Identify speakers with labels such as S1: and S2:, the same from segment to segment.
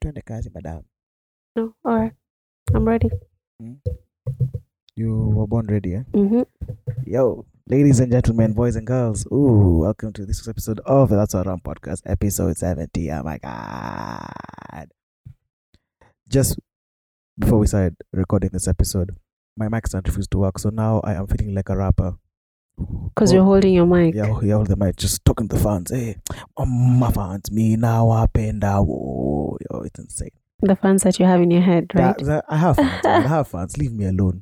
S1: twende kazi badam
S2: No, all right. I'm ready.
S1: you were born ready eh?
S2: Mm-hmm.
S1: yo ladies and gentlemen boys and girls ooh welcome to this week's episode of the that's our Ram podcast episode 70 oh my god just before we started recording this episode my mic stand refused to work so now i am feeling like a rapper
S2: Because
S1: Oh.
S2: you're holding your mic.
S1: yeah, yeah, all the mic, just talking to fans. Hey, oh, my fans, me now up and down. Whoa, yo, it's insane.
S2: The fans that you have in your head, right?
S1: That- that- I have fans. man, I have fans. Leave me alone.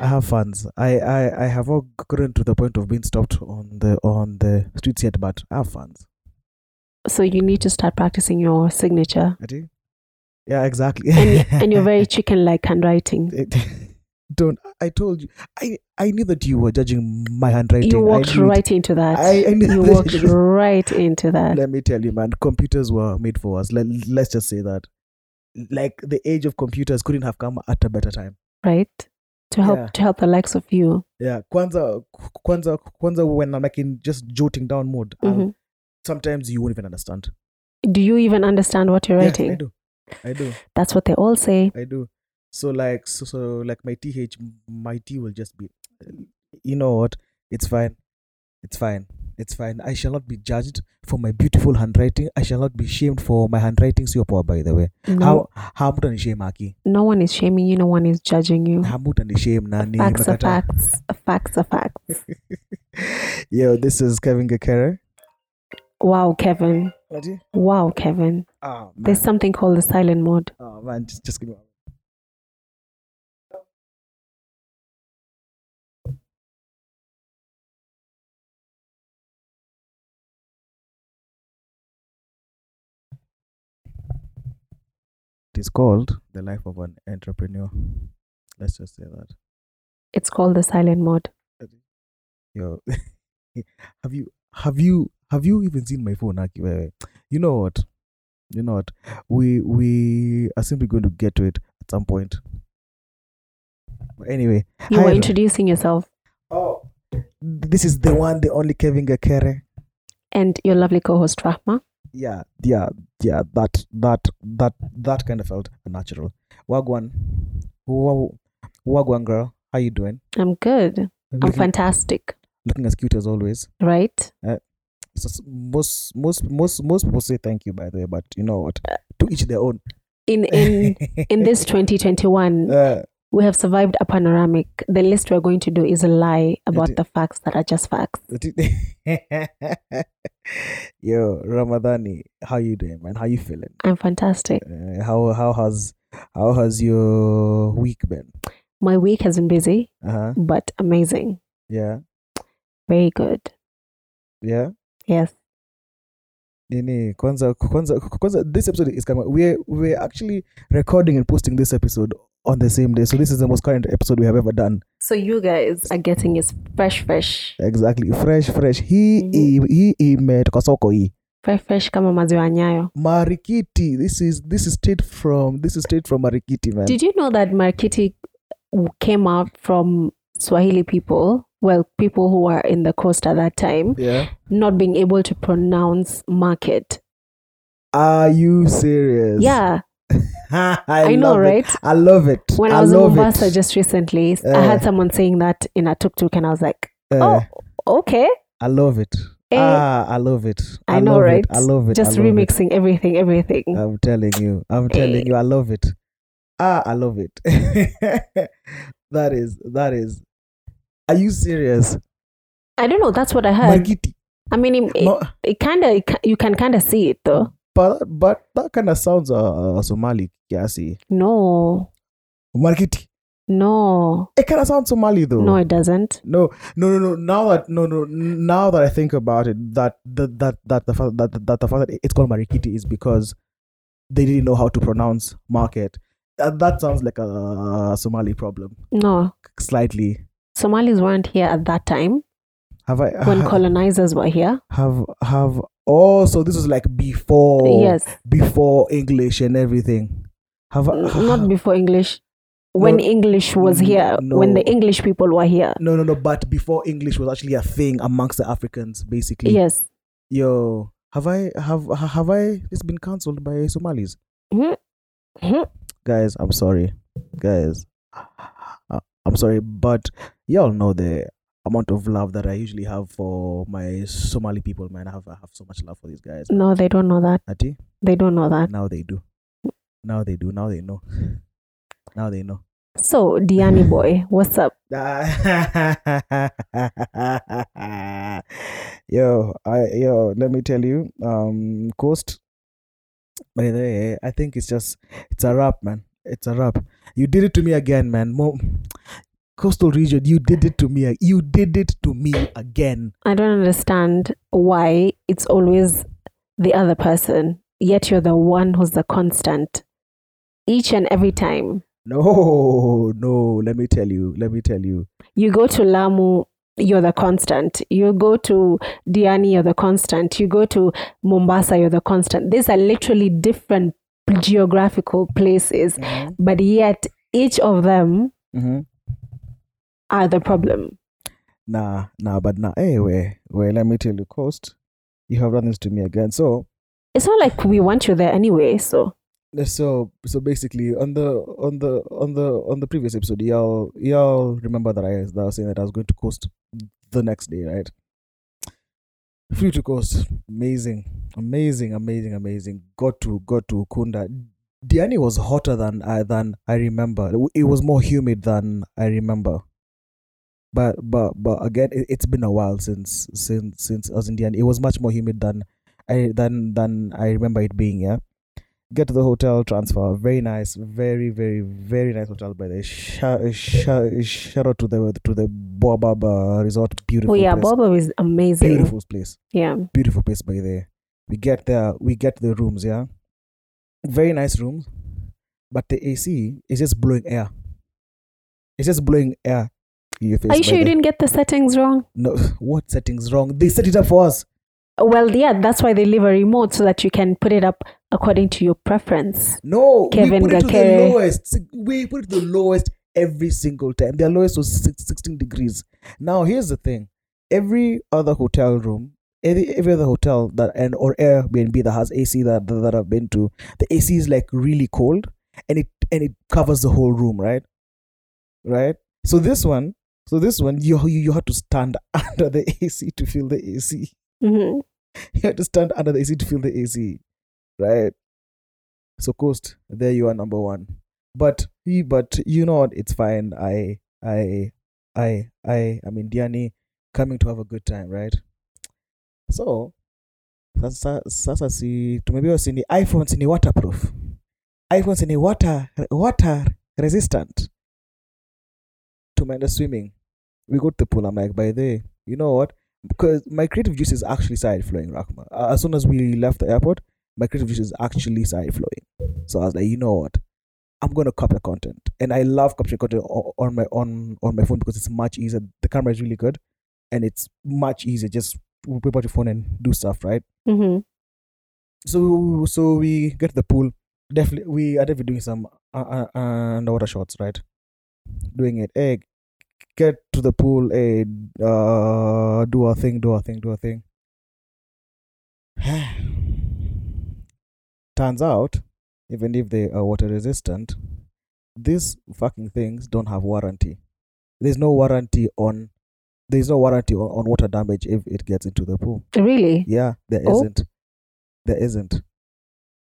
S1: I have fans. I, I, I have not gotten to the point of being stopped on the on the streets yet, but I have fans.
S2: so you need to start practicing your signature.
S1: I do. Yeah, exactly.
S2: And, and you're very chicken like handwriting.
S1: Don't. I told you. I I knew that you were judging my handwriting.
S2: You walked
S1: I knew it.
S2: right into that.
S1: I- I knew
S2: you
S1: that-
S2: walked right into that.
S1: Let me tell you, man, computers were made for us. Let, let's just say that. Like the age of computers couldn't have come at a better time.
S2: right? To help
S1: Yeah.
S2: to help the likes of you.
S1: Yeah. Kwanza, kwanza, kwanza when I'm like in just jolting down mode, I'll-
S2: Mhm.
S1: sometimes you won't even understand.
S2: Do you even understand what you're
S1: Yeah,
S2: writing?
S1: I do. I do.
S2: That's what they all say.
S1: I do. So like so, so like my th my t will just be you know what? It's fine. It's fine. It's fine. I shall not be judged for my beautiful handwriting. I shall not be shamed for my handwriting. Sio poa by the way.
S2: No,
S1: How how mtanishame Aki?
S2: no one is shaming you, no one is judging you.
S1: Hamtanishame nani?
S2: Facts are
S1: Mekata.
S2: facts. Facts are facts.
S1: Yo, this is Kevin Gakere.
S2: Wow, Kevin. Wow, Kevin.
S1: Oh man.
S2: There's something called the silent mode.
S1: oh man, just, just give me one. It is called the life of an entrepreneur. Let's just say that.
S2: It's called the silent mode.
S1: Yo, have you have you have you even seen my phone, Aki? Wewe? You know what? You know what? We we are simply going to get to it at some point. But anyway, hi
S2: You were
S1: everyone.
S2: introducing yourself
S1: oh, this is the one, the only Kevin Gakere.
S2: and your lovely co-host Rahma.
S1: Yeah, yeah, yeah. That that that that kind of felt natural. Wagwan, Wa- Wagwan girl, how you doing?
S2: I'm good. I'm
S1: Looking,
S2: fantastic.
S1: looking as cute as always.
S2: Right?
S1: So s- most most most most people say thank you by the way but you know what to each their own
S2: In in in this 2021,
S1: uh,
S2: We have survived a panoramic. The least we're going to do is lie about the facts that are just facts.
S1: yo ramadani how you doing man how you feeling
S2: I'm fantastic.
S1: uh, how how has how has your week been
S2: My week has been busy,
S1: uh-huh
S2: but amazing.
S1: yeah
S2: Very good.
S1: yeah
S2: Yes.
S1: Nini, kwanza, kwanza, kwanza, this episode is coming. We're we're actually recording and posting this episode on the same day, so this is the most current episode we have ever done.
S2: So you guys are getting it fresh, fresh,
S1: Exactly, fresh, fresh. He e,
S2: Mhm.
S1: he E. imetoka soko hii.
S2: fresh, fresh kama maziwa nyayo.
S1: Marikiti. This is this is straight from this is straight from Marikiti, man.
S2: Did you know that Markiti came out from Swahili people? Well, people who were in the coast at that time,
S1: yeah.
S2: not being able to pronounce market.
S1: Are you serious?
S2: Yeah,
S1: I,
S2: I know,
S1: love it.
S2: right?
S1: I love it.
S2: When I,
S1: I
S2: was in
S1: love
S2: Mombasa
S1: it.
S2: just recently,
S1: Uh.
S2: I had someone saying that in a tuk tuk, and I was like,
S1: Uh,
S2: oh, okay.
S1: I love it.
S2: Eh,
S1: ah, I love it.
S2: I know,
S1: love it.
S2: right?
S1: I love it. Uh.
S2: just
S1: I love
S2: remixing everything, everything.
S1: It. I'm telling you. I'm telling
S2: Eh.
S1: you. I love it. Ah, I love it. that is that is. Are you serious?
S2: I don't know. That's what I heard.
S1: Marikiti.
S2: I mean, it, it,
S1: Ma-
S2: it kind of you can kind of see it though.
S1: but but that kind of sounds uh, uh Somali. Yeah, I see.
S2: No,
S1: Marikiti.
S2: no,
S1: It kind of sounds Somali though.
S2: no, it doesn't.
S1: No, no, no, no. Now that no, no. Now that I think about it, that that that that the fact that that the fact that it's called Marikiti is because they didn't know how to pronounce market. That, that sounds like a Somali problem,
S2: No,
S1: slightly.
S2: Somalis weren't here at that time
S1: Have I
S2: when
S1: ha-
S2: colonizers were here.
S1: have have? Oh, so this was like before
S2: yes,
S1: before English and everything. Have I-
S2: n- not before English. When
S1: No,
S2: English was
S1: n-
S2: here,
S1: no.
S2: when the English people were here.
S1: no, no, no. But before English was actually a thing amongst the Africans, basically.
S2: Yes.
S1: Yo, have I have ha- have I just been cancelled by Somalis?
S2: Mhm. Mhm.
S1: Guys, I'm sorry. Guys, uh, I'm sorry, but y'all know the amount of love that I usually have for my Somali people, man. I have I have so much love for these guys.
S2: No, they don't know that.
S1: Ati,
S2: They don't know that.
S1: now they do. Now they do. Now they know. Now they know.
S2: So, Diani boy, what's up?
S1: yo, I yo, let me tell you, um, Coast. By the way, I think it's just it's a wrap, man. It's a wrap. You did it to me again, man. Mo- Coastal region, you did it to me. You did it to me again.
S2: I don't understand why it's always the other person, yet you're the one who's the constant each and every time.
S1: No, no. Let me tell you. Let me tell you.
S2: You go to Lamu, you're the constant. You go to Diani, you're the constant. You go to Mombasa, you're the constant. These are literally different geographical places,
S1: Mm-hmm.
S2: but yet each of them are the problem.
S1: Nah, nah, but nah. Anyway, well, let me tell you, Coast, you have done this to me again. So,
S2: It's not like we want you there anyway, so
S1: so so basically on the on the on the on the previous episode y'all y'all remember that i, that I was saying that i was going to coast the next day right free to coast amazing amazing amazing amazing got to got to kunda diani was hotter than i than i remember it was more humid than i remember but but but again it, it's been a while since since since i was in diani it was much more humid than i than than i remember it being yeah get to the hotel transfer very nice very very very nice hotel by the way. shout, shout, shout out to the to the boabab uh, resort beautiful
S2: oh yeah,
S1: place.
S2: Bobo is amazing.
S1: beautiful place
S2: Yeah.
S1: beautiful place by there we get there we get the rooms yeah very nice rooms but the ac is just blowing air it's just blowing air in your face
S2: Are you
S1: by
S2: sure you
S1: the-
S2: didn't get the settings wrong?
S1: no what settings wrong they set it up for us
S2: Well, yeah, that's why they leave a remote so that you can put it up according to your preference.
S1: No,
S2: Kevin
S1: we put it to the
S2: Gakere.
S1: lowest. Si- We put it to the lowest every single time. Their lowest was six- 16 degrees. Now, here's the thing: every other hotel room, every, every other hotel that and or Airbnb that has AC that, that that I've been to, the AC is like really cold, and it and it covers the whole room, right? Right. So this one, so this one, you you, you had to stand under the AC to feel the AC.
S2: hmm
S1: You had to stand under the AC to feel the AC, right? So Coast, there you are, number one. But he, but you know what? It's fine. I, I, I, I, I mean, Diani coming to have a good time, right? So sasa, sasa si tumeambiwa si ni iPhones ni waterproof, iPhones ni water water resistant. Tumeenda swimming. We go to the pool. I'm like, by the way, you know what? Because my creative juices actually started flowing, Rakma. Uh, As soon as we left the airport, my creative juices actually started flowing. So I was like, you know what? I'm gonna capture content, and I love capturing content o- on my on on my phone because it's much easier. The camera is really good, and it's much easier. Just whip out your phone and do stuff, right?
S2: hmm
S1: So so we get to the pool. Definitely, we are definitely doing some uh, uh, underwater shots, right? Doing it. Hey, get to the pool. Hey, uh, do our thing, do our thing, do our thing. Turns out, even if they are water resistant, these fucking things don't have warranty. There's no warranty on. There's no warranty on, on water damage if it gets into the pool.
S2: Really?
S1: Yeah, there
S2: Oh.
S1: not There isn't.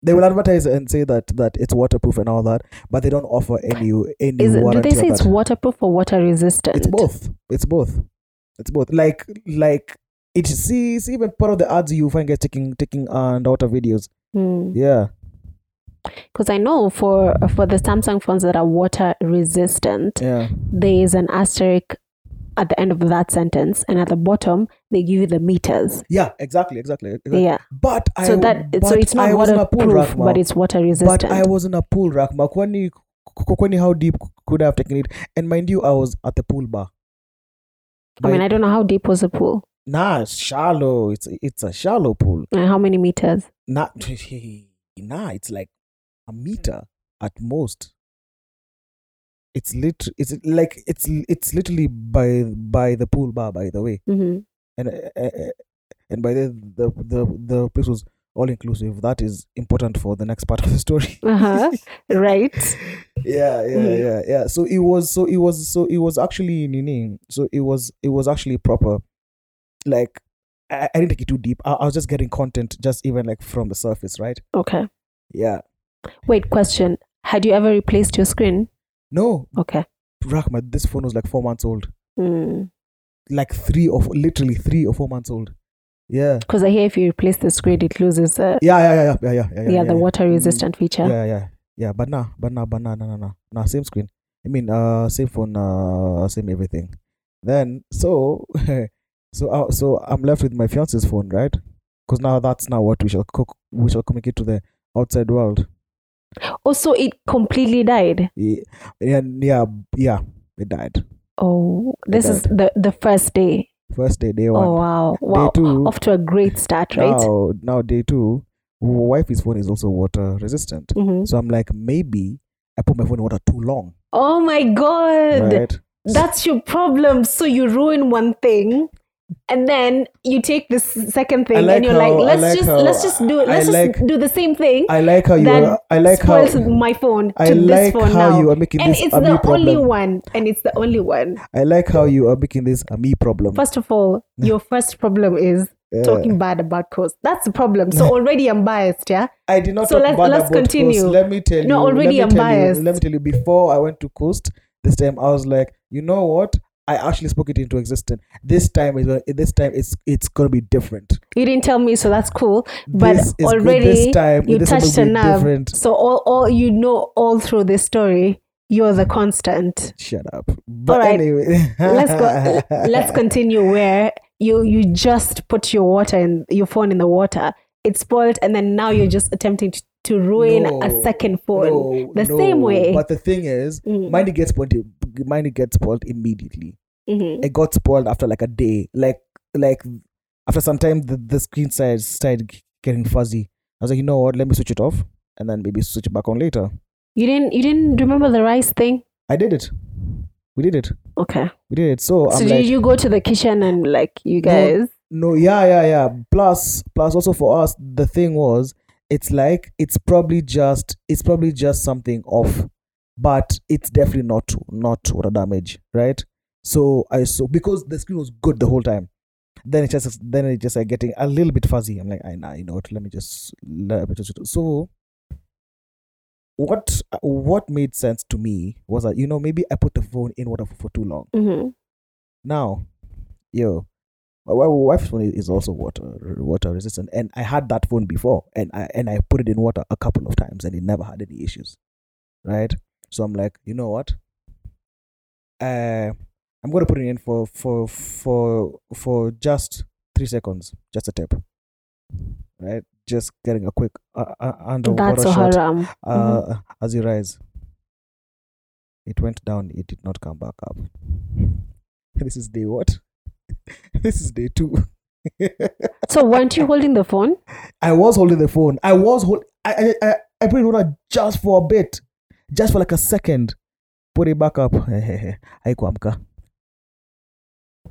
S1: They will advertise and say that that it's waterproof and all that, but they don't offer any any
S2: Is it, do
S1: warranty.
S2: they say
S1: on
S2: it's
S1: that.
S2: waterproof or water resistant?
S1: It's both. It's both. It's both. Like like it see see even part of the ads you find guys taking taking underwater videos.
S2: Because
S1: Yeah.
S2: Hmm. I know for for the Samsung phones that are water resistant,
S1: Yeah.
S2: there is an asterisk at the end of that sentence, and at the bottom they give you the meters.
S1: Yeah, exactly, exactly. exactly.
S2: Yeah.
S1: But I
S2: so that
S1: but
S2: so it's not
S1: I was in a pool
S2: waterproof,
S1: Rahma.
S2: but it's water resistant.
S1: but I was in a pool Rahma. Kwani kwani how deep could I have taken it? And mind you, I was at the pool bar.
S2: I mean,
S1: By-
S2: I don't know how deep was the pool
S1: Nah, it's shallow. It's it's a shallow pool.
S2: and how many meters.
S1: Not nah, it's like a meter at most. It's lit. It's like it's it's literally by by the pool bar. By the way, eh,
S2: hmm
S1: and uh, uh, uh, and by the the the the place was all inclusive. That is important for the next part of the story.
S2: Uh-huh. right.
S1: yeah, yeah,
S2: Mhm.
S1: yeah, yeah. So it was, so it was, so it was actually nini. So it was, it was actually proper. Like I, I didn't take it too deep. I, I was just getting content, just even like from the surface, right?
S2: Okay.
S1: Yeah.
S2: Wait, question. Had you ever replaced your screen?
S1: No,
S2: Okay. Hmm.
S1: Rahma, this phone was like four months old,
S2: Because
S1: like three or four, literally three or four months old. Yeah.
S2: I hear if you replace the screen, it loses uh,
S1: Yeah, yeah, yeah, yeah, yeah, yeah, yeah.
S2: the other
S1: yeah. Hmm. Mm-hmm.
S2: water resistant feature.
S1: Yeah, yeah, yeah. But nah, but nah, but nah, nah, nah, nah, nah. Same screen. I mean, uh, same phone, uh, same everything. Then so, so, uh, so I'm left with my fiance's phone, right? Because now that's now what we shall cook. We shall communicate to the outside world.
S2: Also, it completely died.
S1: Yeah, yeah, yeah. yeah it died.
S2: Oh, this
S1: It
S2: is the, the first day.
S1: First day, day
S2: Oh,
S1: one.
S2: wow. Wow.
S1: Day two.
S2: Off to a great start, right?
S1: Now, now day two. Wifey's phone is also water resistant.
S2: Mhm.
S1: So I'm like, maybe I put my phone in water too long,
S2: Oh, my God.
S1: right?
S2: That's your problem. So you ruin one thing. And then you take this second thing,
S1: like
S2: and you're
S1: how-
S2: like,
S1: I
S2: let's
S1: like
S2: just
S1: how-
S2: let's just do
S1: I
S2: let's just
S1: like-
S2: do the same thing.
S1: I like how you.
S2: That
S1: Are, I like how.
S2: spoils my phone to
S1: I
S2: this
S1: like
S2: phone
S1: how
S2: now.
S1: you are making
S2: and
S1: this
S2: it's
S1: a me
S2: the only
S1: problem.
S2: one. And it's the only one.
S1: I like how you are making this a me problem.
S2: First of all, your first problem is
S1: Yeah.
S2: talking bad about Coast. That's the problem. So already I'm biased, yeah?
S1: I did not
S2: so
S1: talk
S2: let's-
S1: bad
S2: let's
S1: about
S2: continue.
S1: Coast. Let me tell you.
S2: No, already
S1: let
S2: I'm
S1: me tell
S2: biased.
S1: You, let me tell you. Before I went to Coast this time, I was like, you know what? I actually spoke it into existence. This time is this time it's it's gonna be different.
S2: You didn't tell me, so that's cool. But
S1: This is good.
S2: already
S1: This time-
S2: you
S1: this time
S2: touched
S1: will
S2: a
S1: be
S2: nerve.
S1: different.
S2: So all, all you know all through this story, you're the constant.
S1: Shut up. But
S2: Alright.
S1: anyway,
S2: Let's go let's continue where you you just put your water in your phone in the water. It's spoiled and then now you're just attempting to, to ruin a
S1: No,
S2: second phone.
S1: No,
S2: the
S1: no.
S2: same way.
S1: But the thing is,
S2: Mm.
S1: mine gets spoiled. Mine gets spoiled immediately.
S2: Mhm.
S1: It got spoiled after like a day. Like like after some time, the, the screen size started g- getting fuzzy. I was like, you know what? Let me switch it off, and then maybe switch it back on later.
S2: You didn't you didn't remember the rice thing?
S1: I did it. We did it.
S2: Okay.
S1: We did it. So,
S2: so
S1: Oh, I'm
S2: did
S1: like,
S2: you go to the kitchen and like
S1: No.
S2: you guys?
S1: no, yeah, yeah, yeah. Plus, plus also for us, the thing was, it's like it's probably just it's probably just something off, but it's definitely not not water damage, right? So I so because the screen was good the whole time. Then it just then it just like getting a little bit fuzzy. I'm like, I know, you know what? Let me just let me just so. What what made sense to me was that you know maybe I put the phone in water for, for too long.
S2: Mhm.
S1: Now, yo, my wi- wife's phone is also water water resistant, and I had that phone before, and I and I put it in water a couple of times, and it never had any issues, right? So I'm like, you know what? Uh, I'm gonna put it in for for for for just three seconds, just a tip, right? Just getting a quick uh, uh, underwater
S2: That's so
S1: shot
S2: haram.
S1: uh, as you rise. It went down, it did not come back up. This is day what? this is day two.
S2: So weren't you holding the phone?
S1: I was holding the phone. I was hold. I I I, I put it on just for a bit, just for like a second. Put it back up. Haikuamka.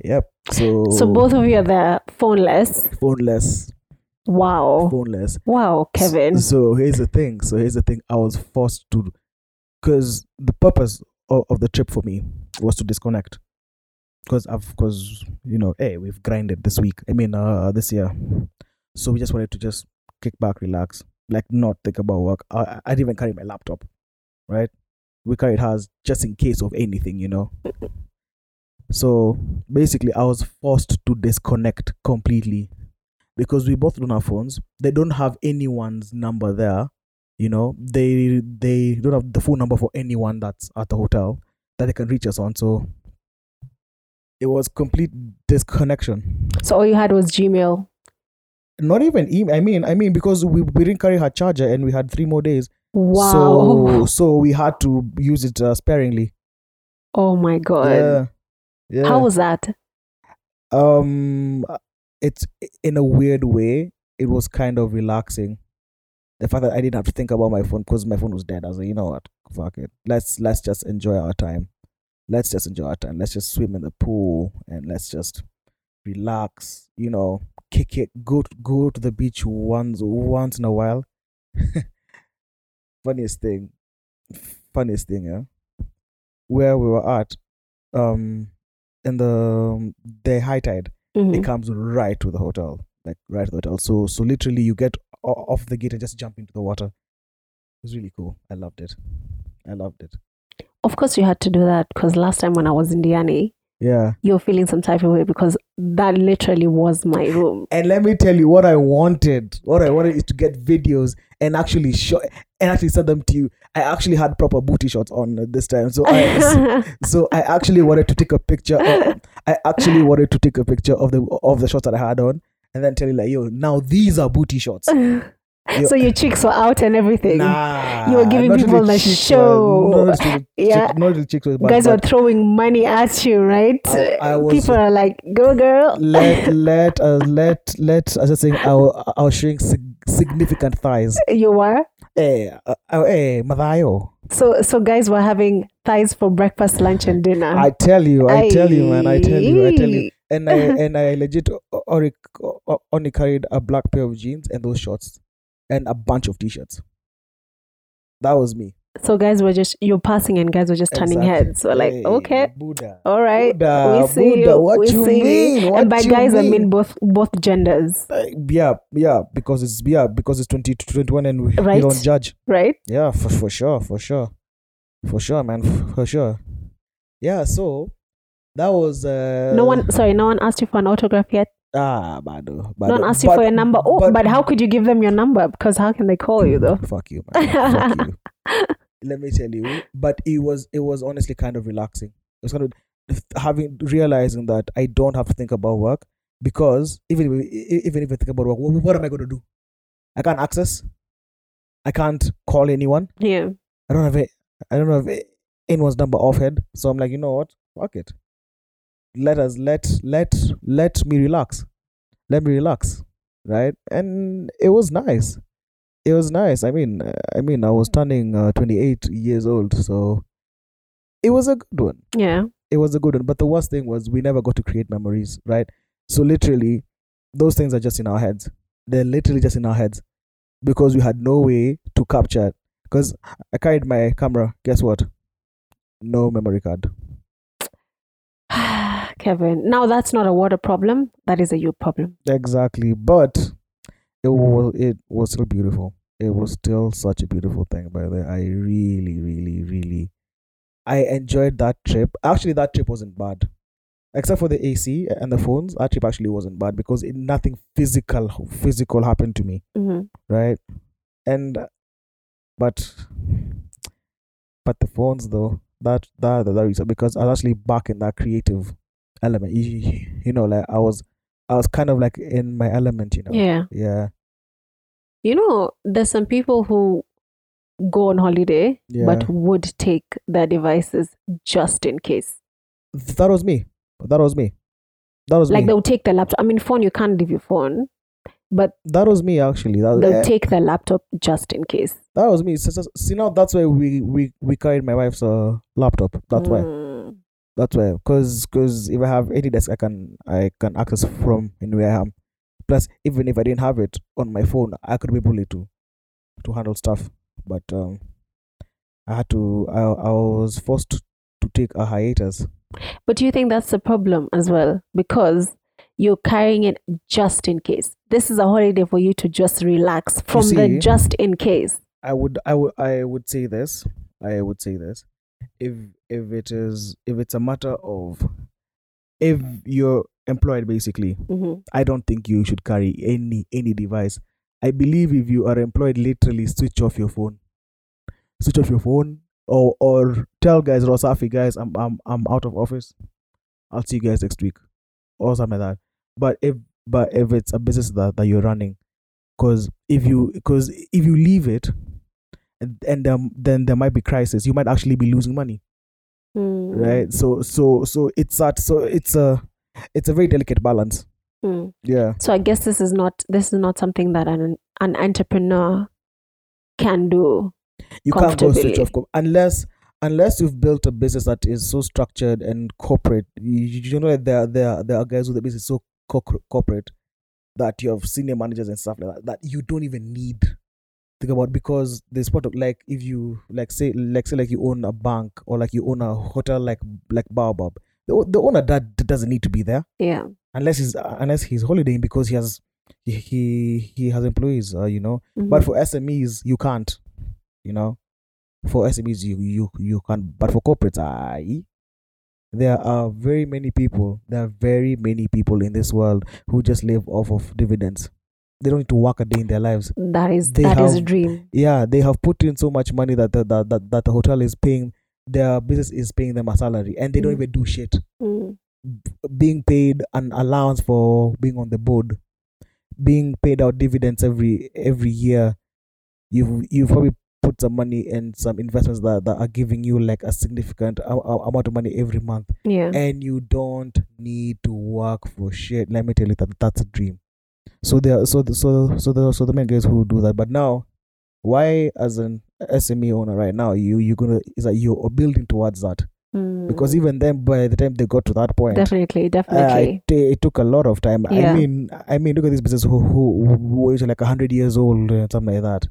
S1: Yep. So
S2: So both of you are there phoneless.
S1: phoneless,
S2: Wow.
S1: phoneless.
S2: Wow, Kevin.
S1: So here's the thing. So here's the thing. I was forced to, because the purpose of, of the trip for me was to disconnect. Because I've, because you know, hey, we've grinded this week. I mean, uh, this year. So we just wanted to just kick back, relax, like not think about work. I, I- I didn't even carry my laptop, right? We carried hers just in case of anything, you know. So basically, I was forced to disconnect completely because we both don't have phones. They don't have anyone's number there. You know, they they don't have the phone number for anyone that's at the hotel that they can reach us on. So it was complete disconnection.
S2: So all you had was Gmail.
S1: Not even email. I mean, I mean, because we, we didn't carry her charger and we had three more days.
S2: Wow.
S1: So so we had to use it uh, sparingly.
S2: oh my god.
S1: Yeah. Yeah.
S2: How was that?
S1: um it's in a weird way it was kind of relaxing the fact that i didn't have to think about my phone because my phone was dead i was like you know what fuck it let's let's just enjoy our time let's just enjoy our time let's just swim in the pool and let's just relax you know kick it, go to, go to the beach once once in a while. funniest thing, funniest thing, yeah. Where we were at, um, in the um, the high tide,
S2: Mhm.
S1: it comes right to the hotel, like right to the hotel. So so literally, you get o- off the gate and just jump into the water. It was really cool. I loved it. I loved it.
S2: Of course, you had to do that because last time when I was in Diani,
S1: Yeah.
S2: you were feeling some type of way because that literally was my room.
S1: And let me tell you what I wanted. What I wanted is to get videos and actually show and actually send them to you. I actually had proper booty shots on at this time. So I so, so I actually wanted to take a picture of, I actually wanted to take a picture of the of the shots that I had on and then tell you like, yo, now these are booty shots.
S2: so your cheeks were out and everything.
S1: Nah,
S2: You were giving
S1: not to
S2: people the
S1: chicks,
S2: show.
S1: uh, Not to the,
S2: Yeah.
S1: chick, not to the chicks, but,
S2: Guys were
S1: but
S2: throwing money at you, right?
S1: I- I was-
S2: People are like, "Go, girl!"
S1: let let uh, let let I was just saying I wa- I was showing sig- significant thighs.
S2: you were.
S1: Hey, uh, uh, hey, Madayo.
S2: So, so guys were having thighs for breakfast, lunch, and dinner.
S1: I tell you, I tell you, man, I tell you, I tell you.
S2: Aye.
S1: And I and I legit o- o- o- only carried a black pair of jeans and those shorts, and a bunch of t-shirts. That was me.
S2: So guys were just you're passing, and guys were just turning
S1: Exactly.
S2: heads. So like,
S1: Hey,
S2: okay,
S1: Buddha.
S2: all right,
S1: Buddha,
S2: we see
S1: Buddha,
S2: you.
S1: what
S2: we
S1: you
S2: see
S1: mean?
S2: You.
S1: What
S2: and by
S1: you
S2: guys, I
S1: mean?
S2: mean both both genders,
S1: Uh, yeah, yeah, because it's yeah, because it's twenty to twenty-one, and we, we
S2: Right.
S1: don't judge.
S2: right?
S1: Yeah, for for sure, for sure, for sure, man, for sure. Yeah, so that was uh,
S2: no one, sorry, no one asked you for an autograph yet.
S1: Ah, bado, bado.
S2: No one asked you for your number. Oh, but, how could you give them your number? Because how can they call you though?
S1: Fuck you, man. Fuck you. Let me tell you. But it was it was honestly kind of relaxing. It was kind of having realizing that I don't have to think about work because even if, even if I think about work, what, what am I going to do? I can't access. I can't call anyone.
S2: Yeah,
S1: I don't have a, I don't have a, anyone's number offhand. So I'm like, you know what? Fuck it. Let us let let let me relax. Let me relax, right? And it was nice. It was nice. I mean, uh, I mean, I was turning uh, 28 years old, so it was a good one.
S2: yeah.
S1: It was a good one. But the worst thing was we never got to create memories, right? So literally, those things are just in our heads. They're literally just in our heads because we had no way to capture. Because I carried my camera. Guess what? No memory card.
S2: Kevin, now that's not a water problem. That is a you problem.
S1: Exactly. But it was it was still beautiful. It was still such a beautiful thing. By the way, I really, really, really, I enjoyed that trip. Actually, that trip wasn't bad, except for the AC and the phones. That trip actually wasn't bad because it, nothing physical physical happened to me.
S2: hmm
S1: right? And but but the phones though that that that, that is because I was actually back in that creative element. You, you- you know, like I was I was kind of like in my element, you know.
S2: Yeah.
S1: Yeah.
S2: You know, there's some people who go on holiday
S1: Yeah.
S2: but would take their devices just in case.
S1: That was me. That was me. That was
S2: Like
S1: me.
S2: they'll take their laptop. I mean, phone you can't leave your phone, but
S1: that was me actually. That,
S2: they'll
S1: eh,
S2: take their laptop just in case.
S1: that was me. So, so- see now that's why we we we carried my wife's uh, laptop. That's why.
S2: Mm.
S1: That's why. Cause cause if I have any desk, I can I can access from anywhere I am. plus even if i didn't have it on my phone i could be bullied to to handle stuff but um i had to i, I was forced to, to take a hiatus
S2: But do you think that's the problem as well? Because you're carrying it just in case. This is a holiday for you to just relax from
S1: see-
S2: the just in case.
S1: i would i would i would say this i would say this if if it is if it's a matter of if you're employed basically
S2: Mhm.
S1: i don't think you should carry any any device i believe if you are employed literally switch off your phone switch off your phone or or tell guys rosafi guys i'm i'm, I'm out of office i'll see you guys next week or something like that but if but if it's a business that, that you're running because if you because if you leave it and, and um, then there might be crisis you might actually be losing money
S2: Mm.
S1: right so so so it's that so it's a it's a very delicate balance
S2: Mm.
S1: yeah
S2: So I guess this is not this is not something that an an entrepreneur can do.
S1: you can't go switch
S2: comfortably.
S1: off com- unless unless you've built a business that is so structured and corporate. You, you know that there are- there are- there are guys with the business so co- corporate that you have senior managers and stuff like that that you don't even need think about because there's part of like if you like say like say like you own a bank or like you own a hotel like like Baobab, the, the owner that doesn't need to be there
S2: yeah
S1: unless he's unless he's holidaying because he has he he, he has employees uh, you know but for SMEs you can't you know for SMEs you you you can't but for corporates I there are very many people there are very many people in this world who just live off of dividends they don't need to work a day in their lives
S2: Mhm. that is
S1: They
S2: that is a
S1: have-
S2: dream
S1: yeah they have put in so much money that the, that, that, that the hotel is paying their business is paying them a salary and they don't
S2: Mhm.
S1: even do shit
S2: Mm.
S1: being paid an allowance for being on the board being paid out dividends every every year you've you've probably put some money in some investments that, that are giving you like a significant a- a- amount of money every month
S2: yeah
S1: and you don't need to work for shit let me tell you that that's a dream so there so the, so so the so the main guys who do that but now why as an sme owner right now you you're gonna is that you're building towards that
S2: Mm.
S1: because even then by the time they got to that point
S2: definitely
S1: uh,
S2: definitely
S1: it, ta- it took a lot of time.
S2: Yeah.
S1: I mean, I mean, look at these businesses who who, who are usually like hundred years old and something like that.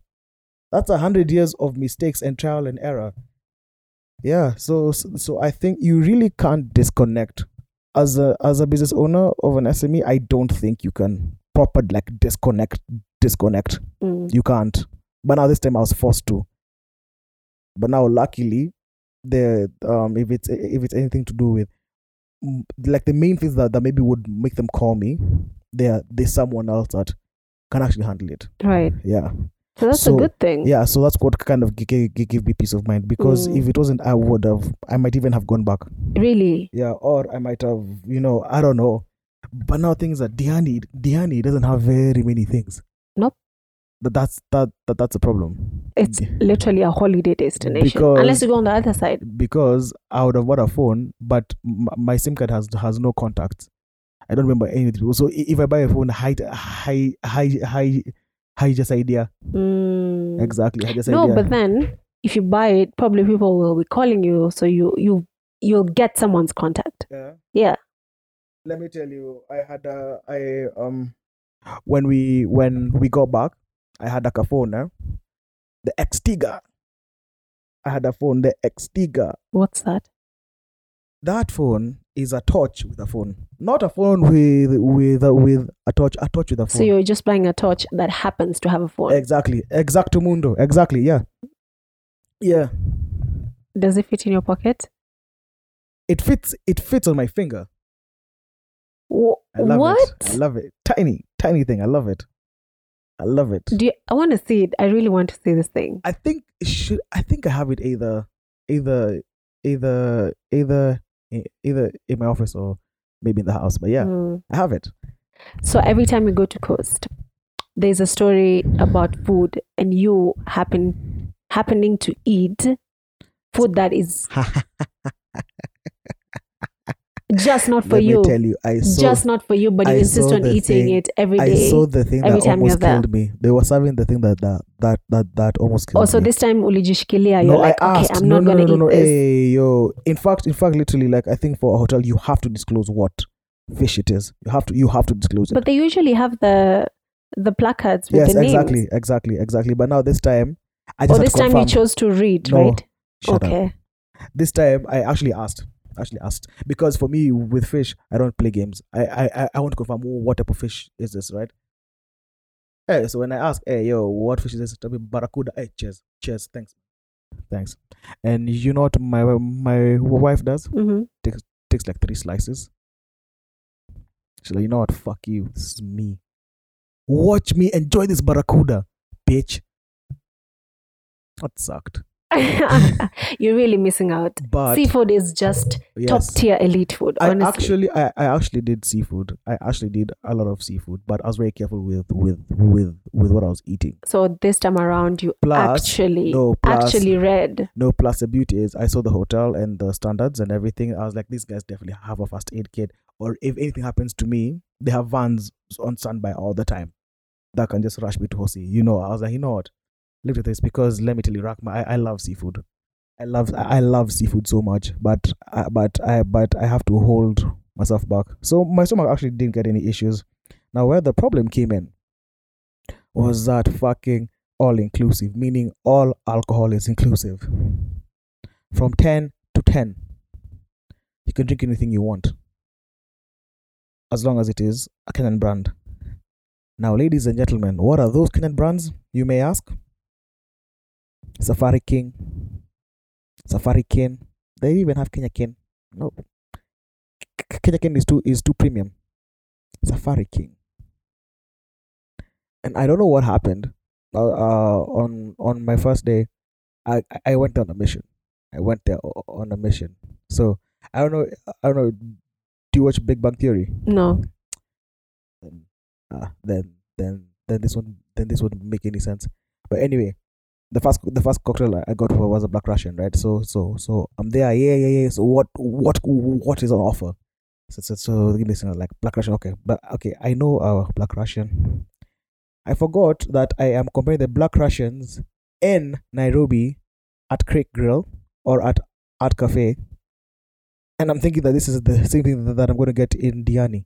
S1: That's a hundred years of mistakes and trial and error. Yeah, so so I think you really can't disconnect as a as a business owner of an SME. I don't think you can proper like disconnect disconnect.
S2: Mm.
S1: You can't. But now this time I was forced to. But now luckily, the um if it's if it's anything to do with mm, like the main things that, that maybe would make them call me, there there's someone else that can actually handle it.
S2: right
S1: Yeah.
S2: so that's a
S1: So,
S2: good thing
S1: Yeah. So that's what kind of gave, gave me peace of mind because
S2: Mm.
S1: if it wasn't, I would have, I might even have gone back.
S2: really
S1: Yeah. Or I might have, you know, I don't know. But now things that Diani, Diani doesn't have very many things.
S2: Nope.
S1: But that's that, that that's a problem.
S2: it's
S1: D-
S2: literally a holiday destination
S1: Because-
S2: unless you go on the other side
S1: because I would have bought a phone, but m- my SIM card has has no contacts. I don't remember anything. So i- if I buy a phone, high, high, high, high, high, just idea
S2: Mm.
S1: exactly. High, just
S2: no
S1: idea.
S2: but then if you buy it probably people will be calling you so you you you'll get someone's contact
S1: yeah.
S2: Yeah.
S1: Let me tell you, I had a I um when we when we got back, I had like a phone. Eh? The Xtiga. I had a phone. The Xtiga.
S2: what's that
S1: That phone is a torch with a phone, not a phone with with with a torch. A torch with a phone.
S2: so you're just buying a torch that happens to have a phone
S1: Exactly. Exacto mundo. Exactly. Yeah. Yeah.
S2: does it fit in your pocket
S1: It fits. It fits on my finger.
S2: Wh-
S1: I love
S2: what
S1: it. I love it. Tiny, tiny thing. I love it. I love it.
S2: do you, i want to see it i really want to see this thing
S1: I think it should. I think I have it either, either, either, either, e- either in my office or maybe in the house. But yeah,
S2: Mm.
S1: I have it.
S2: so every time you go to coast there's a story about food and you happen happening to eat food that is just not for
S1: Let
S2: you
S1: me tell you, I saw.
S2: just not for you but you
S1: I
S2: insist
S1: saw
S2: on
S1: the
S2: eating
S1: thing-
S2: it every day
S1: I saw the thing
S2: every
S1: that
S2: time you're
S1: almost
S2: there.
S1: killed me. They were serving the thing that that that that, that almost killed
S2: Oh, so
S1: me.
S2: this time ulijishikilia. You're like, okay, I'm
S1: no,
S2: not
S1: no,
S2: gonna
S1: no, no,
S2: eat
S1: no. eh.
S2: this.
S1: Hey, yo. In fact, in fact, literally, like I think for a hotel, you have to disclose what fish it is. You have to, you have to disclose it.
S2: But they usually have the the placards with
S1: yes,
S2: the names.
S1: exactly, exactly, exactly. But now this time, I
S2: Or
S1: just had
S2: this
S1: to
S2: time
S1: confirm.
S2: you chose to read,
S1: No,
S2: right?
S1: Shut up.
S2: okay.
S1: This time, I actually asked. Actually asked because for me with fish, I don't play games. I I I- I want to confirm "Oh, what type of fish is this, right? Hey, so when I ask, hey yo, what fish is this? Tell me barracuda. Hey, cheers, cheers, thanks, thanks. And you know what my my wife does?
S2: hmm
S1: takes like three slices. She's like, you know what? Fuck you. This is me. Watch me enjoy this barracuda, bitch. That sucked.
S2: You're really missing out.
S1: But
S2: Seafood is just
S1: yes,
S2: top tier elite food,
S1: I
S2: honestly.
S1: actually, I, I actually did seafood. I actually did a lot of seafood, but I was very careful with with with with what I was eating.
S2: so this time around, you
S1: Plus,
S2: actually
S1: no, plus-
S2: actually read.
S1: No, plus the beauty is, I saw the hotel and the standards and everything. I was like, these guys definitely have a first aid kit, or if anything happens to me, they have vans on standby all the time that can just rush me to Hosi. You know, I was like, you know what? Look at this because let me tell you, Rakma, I, I love seafood. I love I I love seafood so much, but I, but I but I have to hold myself back. So my stomach actually didn't get any issues. Now, where the problem came in was that fucking all inclusive, meaning all alcohol is inclusive. From 10 to 10, you can drink anything you want, as long as it is a Kenyan brand. Now, ladies and gentlemen, what are those Kenyan brands, you may ask? Safari King, Safari King. They even have Kenya King. No, K- Kenya King is too is too premium. Safari King. And I don't know what happened. Uh, uh, on on my first day, I I went on a mission. I went there o- on a mission. So I don't know. I don't know. Do you watch Big Bang Theory?
S2: No.
S1: then uh, then then then this one then this wouldn't make any sense. But anyway, the first the first cocktail I- I got wa- was a Black Russian, right? So so so I'm there, yeah yeah yeah. So what what what is on offer? So so, so they give me something like Black Russian, okay, but okay, I know uh, Black Russian. I forgot that I am comparing the Black Russians in Nairobi at Creek Grill or at Art Cafe, and I'm thinking that this is the same thing that, that I'm going to get in Diani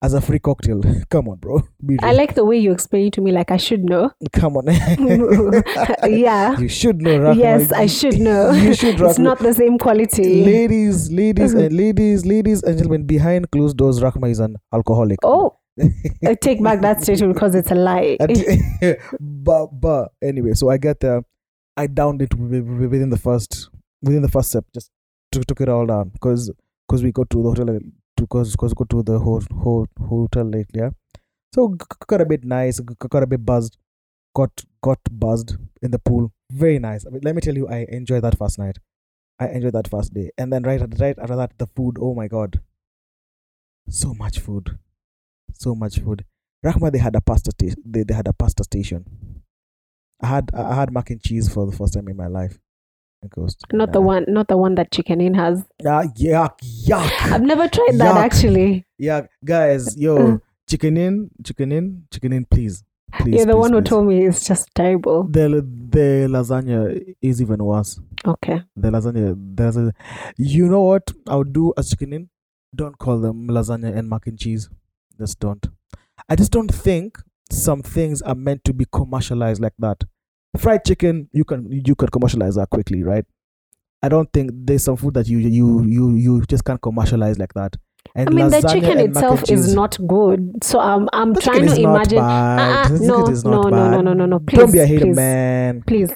S1: as a free cocktail. Come on, bro. Be
S2: I
S1: real.
S2: like the way you explain it to me like I should know.
S1: Come on.
S2: yeah.
S1: You should know, Rahma.
S2: Yes, I should know.
S1: You should, Rahma.
S2: It's not the same quality.
S1: ladies, ladies, and ladies, ladies and gentlemen, behind closed doors, Rahma is an alcoholic.
S2: Oh, I take back that statement because it's a lie.
S1: And- but but anyway, so I get there. I downed it wi- wi- within the first within the first step. Just took, took it all down because because we got to the hotel because because go to the ho- ho- hotel late yeah. So g- g- got a bit nice. g- g- Got a bit buzzed. Got got buzzed in the pool. Very nice. I mean, let me tell you, I enjoyed that first night. I enjoyed that first day, and then right right after that, the food. Oh my god, so much food, so much food. Rahma, they had a pasta. Sta- they, they had a pasta station. I had I had mac and cheese for the first time in my life. It goes to-
S2: Not the
S1: nah.
S2: one, not the one that Chicken Inn has.
S1: Ah, yuck, yuck,
S2: I've never tried that
S1: Yuck.
S2: actually.
S1: yuck, guys,
S2: Mm.
S1: yo, chicken in, chicken in, chicken in, please, please.
S2: You're the
S1: please,
S2: one who
S1: please.
S2: told me it's just terrible.
S1: The the lasagna is even worse.
S2: Okay.
S1: The lasagna, the lasagna. You know what? I would do as chicken in. Don't call them lasagna and mac and cheese. Just don't. I just don't think some things are meant to be commercialized like that. Fried chicken, you can you can commercialize that quickly, right? I don't think there's some food that you you you you just can't commercialize like that. And
S2: I mean, the
S1: lasagna and
S2: chicken
S1: mac and
S2: itself is
S1: cheese-
S2: not good. So I'm, I'm
S1: The
S2: trying
S1: chicken is
S2: to
S1: not
S2: imagine.
S1: bad.
S2: Uh-uh,
S1: The
S2: no,
S1: chicken is not
S2: no, no,
S1: bad.
S2: no, no, no, no.
S1: Don't be a
S2: Please,
S1: hater,
S2: please.
S1: man.
S2: Please,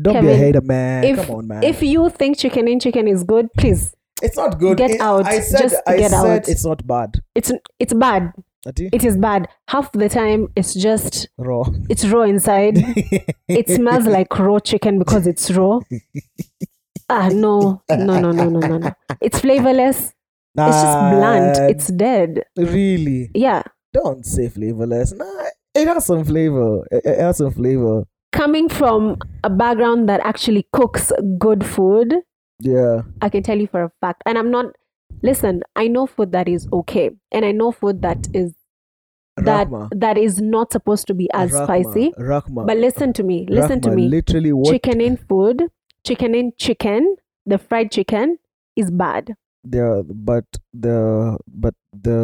S1: Don't be a
S2: Kevin,
S1: hater, man.
S2: if-
S1: Come on, man.
S2: if you think chicken in chicken is good, please,
S1: it's not good,
S2: get
S1: It-
S2: out.
S1: I said
S2: Just
S1: I
S2: get
S1: said
S2: out.
S1: it's not bad.
S2: it's it's bad.
S1: Ati?
S2: It is bad. Half the time, it's just
S1: raw.
S2: it's raw inside. it smells like raw chicken because it's raw. Ah no, no, no, no, no, no, no. It's flavorless. It's just blunt.
S1: Nah,
S2: It's dead.
S1: really
S2: Yeah.
S1: don't say flavorless. Nah, it has some flavor. It, it has some flavor.
S2: Coming from a background that actually cooks good food,
S1: Yeah,
S2: I can tell you for a fact. And I'm not listen, I know food that is okay. And I know food that is that
S1: Rahma,
S2: that is not supposed to be as
S1: Rahma,
S2: spicy.
S1: Rahma,
S2: But listen to me. Listen to
S1: Rahma,
S2: me.
S1: Literally, what
S2: Chicken in food, chicken in chicken, the fried chicken is bad.
S1: the but the but the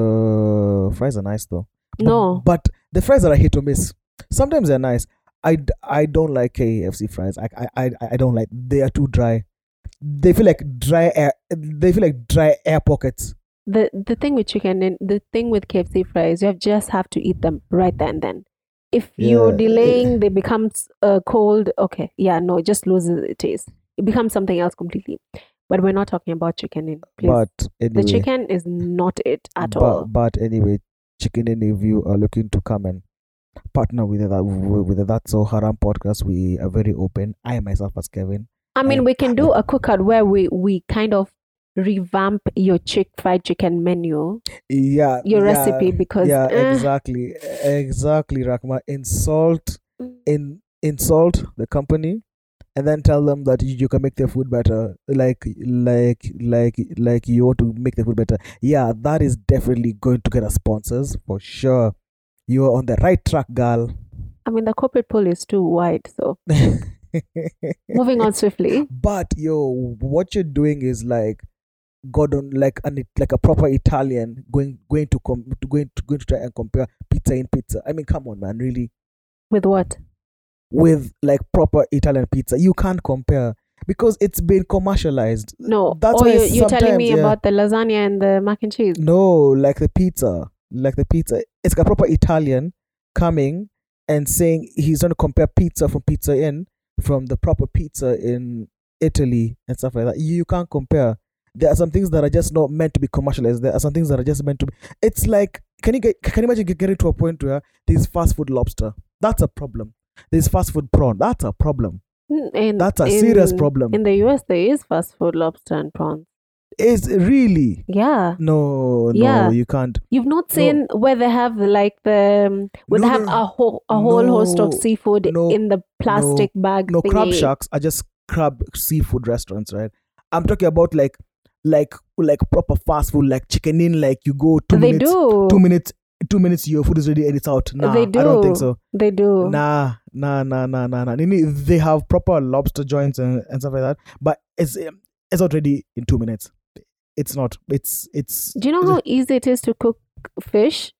S1: fries are nice though. But-
S2: No.
S1: but, the fries are a hit or miss. Sometimes they're nice. I, d- I don't like KFC fries. I, I I I don't like. They are too dry. They feel like dry air. They feel like dry air pockets.
S2: the the thing with chicken and the thing with KFC fries, you have just have to eat them right then and then. If you're
S1: Yeah.
S2: delaying, they become uh, cold. Okay, yeah, no, it just loses its taste. It becomes something else completely. But we're not talking about chicken in. Please.
S1: But anyway,
S2: the chicken is not it at
S1: but,
S2: all.
S1: But anyway, Chicken and if you are looking to come and partner with that with the That's So Haram podcast, we are very open. I myself as Kevin.
S2: I mean,
S1: I-
S2: we can do a cookout where we we kind of revamp your chick fried chicken menu,
S1: Yeah,
S2: your
S1: yeah,
S2: recipe because
S1: Yeah,
S2: eh,
S1: exactly, exactly, Rakma. Insult,
S2: Mm.
S1: in insult the company, and then tell them that you, you can make their food better. Like, like, like, like you want to make the food better. Yeah, that is definitely going to get us sponsors for sure. You are on the right track, girl.
S2: I mean, the corporate pool is too wide. So moving on swiftly.
S1: but yo, what you're doing is like Gordon, like an it- like a proper Italian, going going to com- to- going to going to try and compare pizza in pizza. I mean, come on, man, really,
S2: With what?
S1: with like proper Italian pizza, you can't compare because it's been commercialized.
S2: No.
S1: That's
S2: oh,
S1: why
S2: you, you're telling
S1: sometimes,
S2: me
S1: yeah.
S2: about the lasagna and the mac and cheese.
S1: No, like the pizza, like the pizza. It's a proper Italian coming and saying he's going to compare pizza from Pizza Inn from the proper pizza in Italy and stuff like that. You, you can't compare. There are some things that are just not meant to be commercialized. There are some things that are just meant to be. It's like can you get can you imagine get- getting to a point where there's fast food lobster? That's a problem. There's fast food prawn. That's a problem.
S2: N- In,
S1: That's a serious problem.
S2: In the US, there is fast food lobster and prawns.
S1: It's really
S2: Yeah.
S1: no, no.
S2: Yeah.
S1: You can't.
S2: You've not seen where they have like the um, where
S1: No,
S2: they have
S1: no,
S2: a whole a whole host of
S1: no,
S2: seafood
S1: no,
S2: in the plastic bag.
S1: no crab
S2: thingy.
S1: shacks are just crab seafood restaurants right i'm talking about like like like proper fast food like chicken in like you go two
S2: They
S1: minutes
S2: do.
S1: two minutes two minutes your food is ready and it's out nah
S2: They
S1: i don't think
S2: do.
S1: so
S2: They do.
S1: nah nah nah nah nah nah Nini, they have proper lobster joints and, and stuff like that but it's um, it's not ready in two minutes it's not it's it's
S2: Do you know how easy it is to cook fish?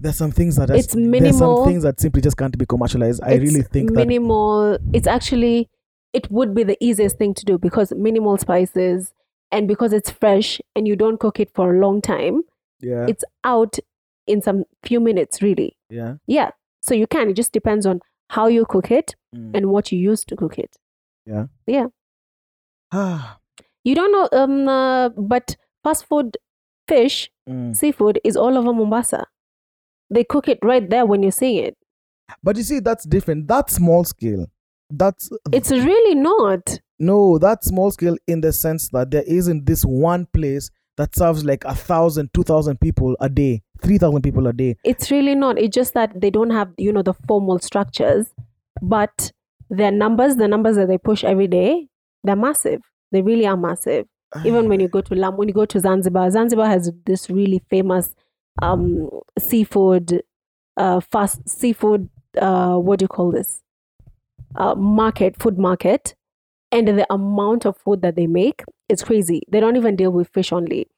S1: there's some things that are-
S2: It's
S1: there's some
S2: minimal.
S1: things that simply just can't be commercialized i
S2: It's
S1: really think that
S2: minimal. It's actually it would be the easiest thing to do because minimal spices and because it's fresh and you don't cook it for a long time.
S1: yeah
S2: It's out in some few minutes, really.
S1: yeah
S2: Yeah. So you can. It just depends on how you cook it
S1: Mm.
S2: and what you use to cook it.
S1: ah
S2: You don't know, um, uh, but fast food fish,
S1: mm.
S2: seafood is all over Mombasa. They cook it right there when you're seeing it.
S1: But you see, that's different. That's small scale. That's
S2: It's really not.
S1: no, that's small scale in the sense that there isn't this one place that serves like a thousand, two thousand people a day, three thousand people a day.
S2: It's really not. It's just that they don't have, you know, the formal structures, but their numbers, the numbers that they push every day, they're massive. They really are massive. Even when you go to Lam, when you go to Zanzibar, Zanzibar has this really famous um, seafood, uh, fast seafood. Uh, what do you call this? Uh, market, food market, and the amount of food that they make is crazy. They don't even deal with fish only.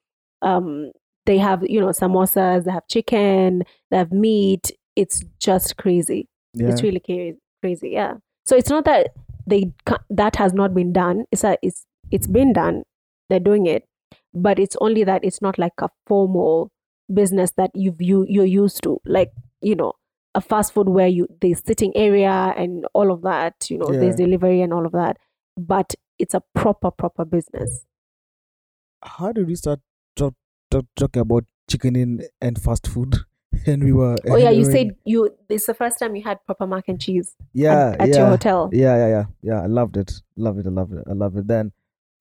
S2: Um, they have you know samosas, they have chicken, they have meat. It's just crazy.
S1: yeah.
S2: It's really cra- crazy. Yeah. So it's not that they ca- that has not been done. It's that it's it's been done. They're doing it, but it's only that it's not like a formal business that you you you're used to. Like you know a fast food where you there's sitting area and all of that. You know there's
S1: Yeah.
S2: delivery and all of that, but it's a proper proper business.
S1: How did we start to, to, talking about chicken in and fast food? And we were.
S2: oh yeah,
S1: and
S2: you
S1: we-
S2: said you. It's the first time you had proper mac and cheese
S1: yeah
S2: at, at
S1: yeah,
S2: your hotel.
S1: yeah yeah yeah yeah. I loved it, loved it, I loved it, I loved it. Then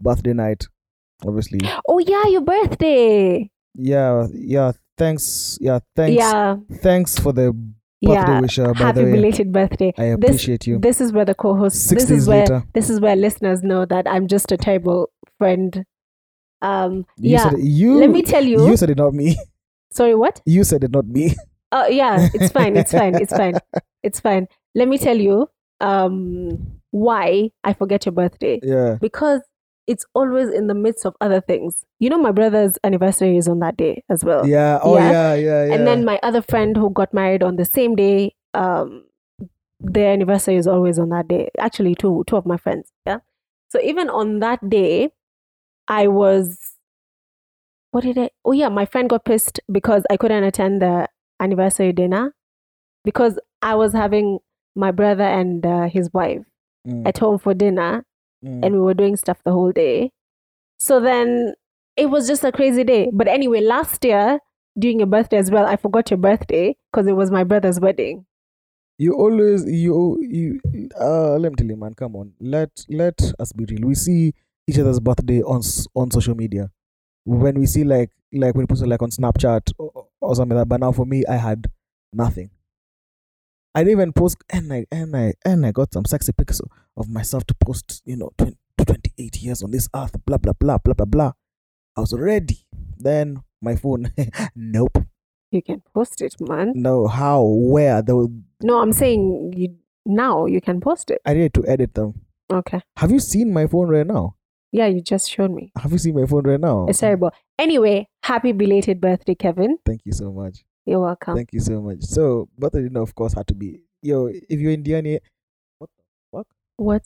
S1: birthday night, obviously.
S2: Oh yeah, your birthday.
S1: Yeah yeah. Thanks yeah thanks
S2: Yeah,
S1: thanks for the birthday
S2: yeah.
S1: wisher. By
S2: Happy
S1: the way,
S2: belated birthday.
S1: I appreciate you.
S2: This is where the co-host.
S1: Six
S2: this is
S1: days
S2: where
S1: later.
S2: this is where listeners know that I'm just a terrible friend. Um.
S1: You
S2: yeah.
S1: said it, you.
S2: Let me tell you.
S1: You said it, not me.
S2: sorry. What?
S1: You said it, not me.
S2: Oh yeah. It's fine. It's fine. It's fine. It's fine. Let me tell you. Um. Why I forget your birthday.
S1: Yeah.
S2: because it's always in the midst of other things. You know, my brother's anniversary is on that day as well.
S1: Yeah. Oh
S2: Yeah.
S1: yeah. Yeah. Yeah.
S2: And then my other friend who got married on the same day, um, their anniversary is always on that day. Actually, two two of my friends. Yeah. So even on that day, I was. What did I? Oh yeah, my friend got pissed because I couldn't attend the anniversary dinner because I was having my brother and uh, his wife
S1: Mm,
S2: at home for dinner
S1: mm.
S2: and we were doing stuff the whole day. So then it was just a crazy day. But anyway, last year during your birthday as well, I forgot your birthday because it was my brother's wedding.
S1: you always you you uh let me tell you man come on let let us be real we see each other's birthday on s- on social media when we see like like when we post it like on Snapchat or, or something like that but now for me I had nothing I didn't even post and I and I and I got some sexy pics of myself to post you know 20, 28 years on this earth blah blah blah blah blah blah I was ready then my phone nope
S2: You can post it, man.
S1: no how where there was,
S2: No, I'm saying you, now you can post it.
S1: I needed to edit them
S2: Okay.
S1: Have you seen my phone right now?
S2: Yeah, you just showed me.
S1: Have you seen my phone right now?
S2: It's terrible. Anyway, happy belated birthday, Kevin.
S1: Thank you so much.
S2: You're welcome.
S1: Thank you so much. So, birthday dinner, of course, had to be. Yo, if you're Indian, eh, what the
S2: what?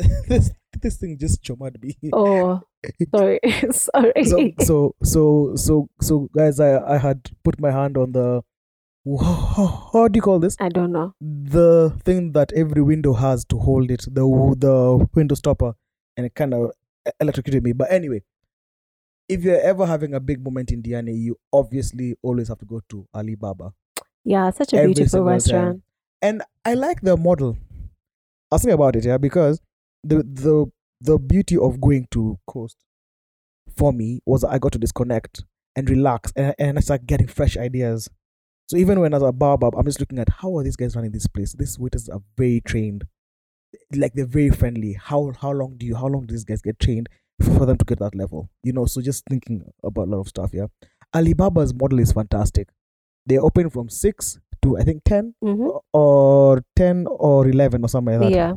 S1: fuck? this this thing just chomad me.
S2: Oh, sorry, sorry.
S1: So, so, so, so, so, guys, I I had put my hand on the. How, how do you call this?
S2: I don't know.
S1: The thing that every window has to hold it, the the window stopper, and it kind of electrocuted me. But anyway, if you're ever having a big moment in Diani, you obviously always have to go to Alibaba.
S2: Yeah, such a
S1: Every
S2: beautiful
S1: single
S2: restaurant.
S1: And I like the model. I was thinking about it, yeah, because the the the beauty of going to coast for me was I got to disconnect and relax and, and I start getting fresh ideas. So even when I was at Baobab, I'm just looking at how are these guys running this place? These waiters are very trained. Like they're very friendly. How how long do you how long do these guys get trained for them to get that level? You know, so just thinking about a lot of stuff, yeah. Alibaba's model is fantastic. They open from six to I think ten
S2: Mhm.
S1: or ten or eleven or something like that.
S2: Yeah,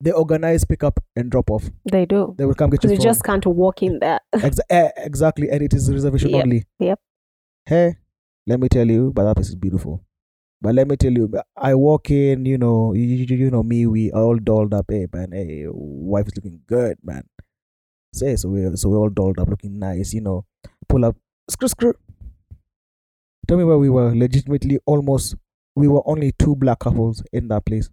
S1: They organize pickup and drop off.
S2: they do.
S1: They will come get
S2: Because
S1: you.
S2: you
S1: from-
S2: just can't walk in there.
S1: Ex- eh, exactly, and it is reservation
S2: Yep,
S1: only.
S2: yep.
S1: Hey, let me tell you, but that place is beautiful. But let me tell you, but I walk in, you know, you, you, you know me, we all dolled up, hey man, hey, wife is looking good, man. Say so we so we all dolled up, looking nice, you know. Pull up, screw screw. Tell me where we were. Legitimately, almost we were only two black couples in that place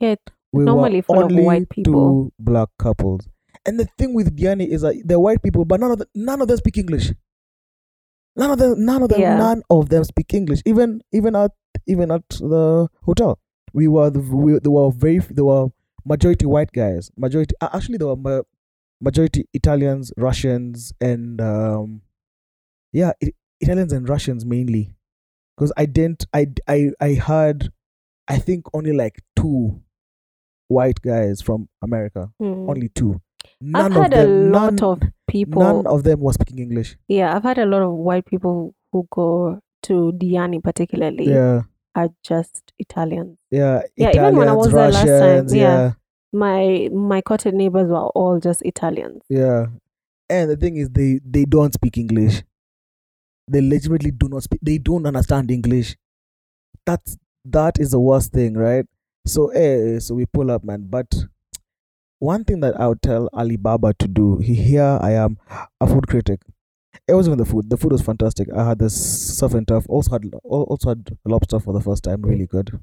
S2: Yeah,
S1: we
S2: normally
S1: were
S2: full of
S1: only
S2: white people.
S1: two black couples. And the thing with Diani is that they're white people, but none of the, none of them speak English. None of them, none of them,
S2: Yeah.
S1: none of them speak English. Even even at even at the hotel, we were the, we, they were very they were majority white guys. Majority uh, actually they were ma- majority Italians, Russians, and um, yeah, I- Italians and Russians mainly. Because I didn't I I I heard I think only like two white guys from America.
S2: Mm.
S1: Only two.
S2: I've
S1: None
S2: had
S1: of them,
S2: a lot
S1: none,
S2: of people.
S1: none of them was speaking English.
S2: yeah, I've had a lot of white people who go to Diani particularly
S1: Yeah,
S2: are just Italian.
S1: yeah,
S2: Yeah,
S1: Italians,
S2: even when I was there last
S1: Russians,
S2: time,
S1: yeah,
S2: yeah. My my cottage neighbors were all just Italians.
S1: yeah. And the thing is, they they don't speak English. They legitimately do not speak. They don't understand English. That's that is the worst thing, right? So, eh, so we pull up, man. But one thing that I would tell Alibaba to do, he- here I am, a food critic. It wasn't even the food. The food was fantastic. I had this surf and turf. Also had al- also had lobster for the first time. Really good,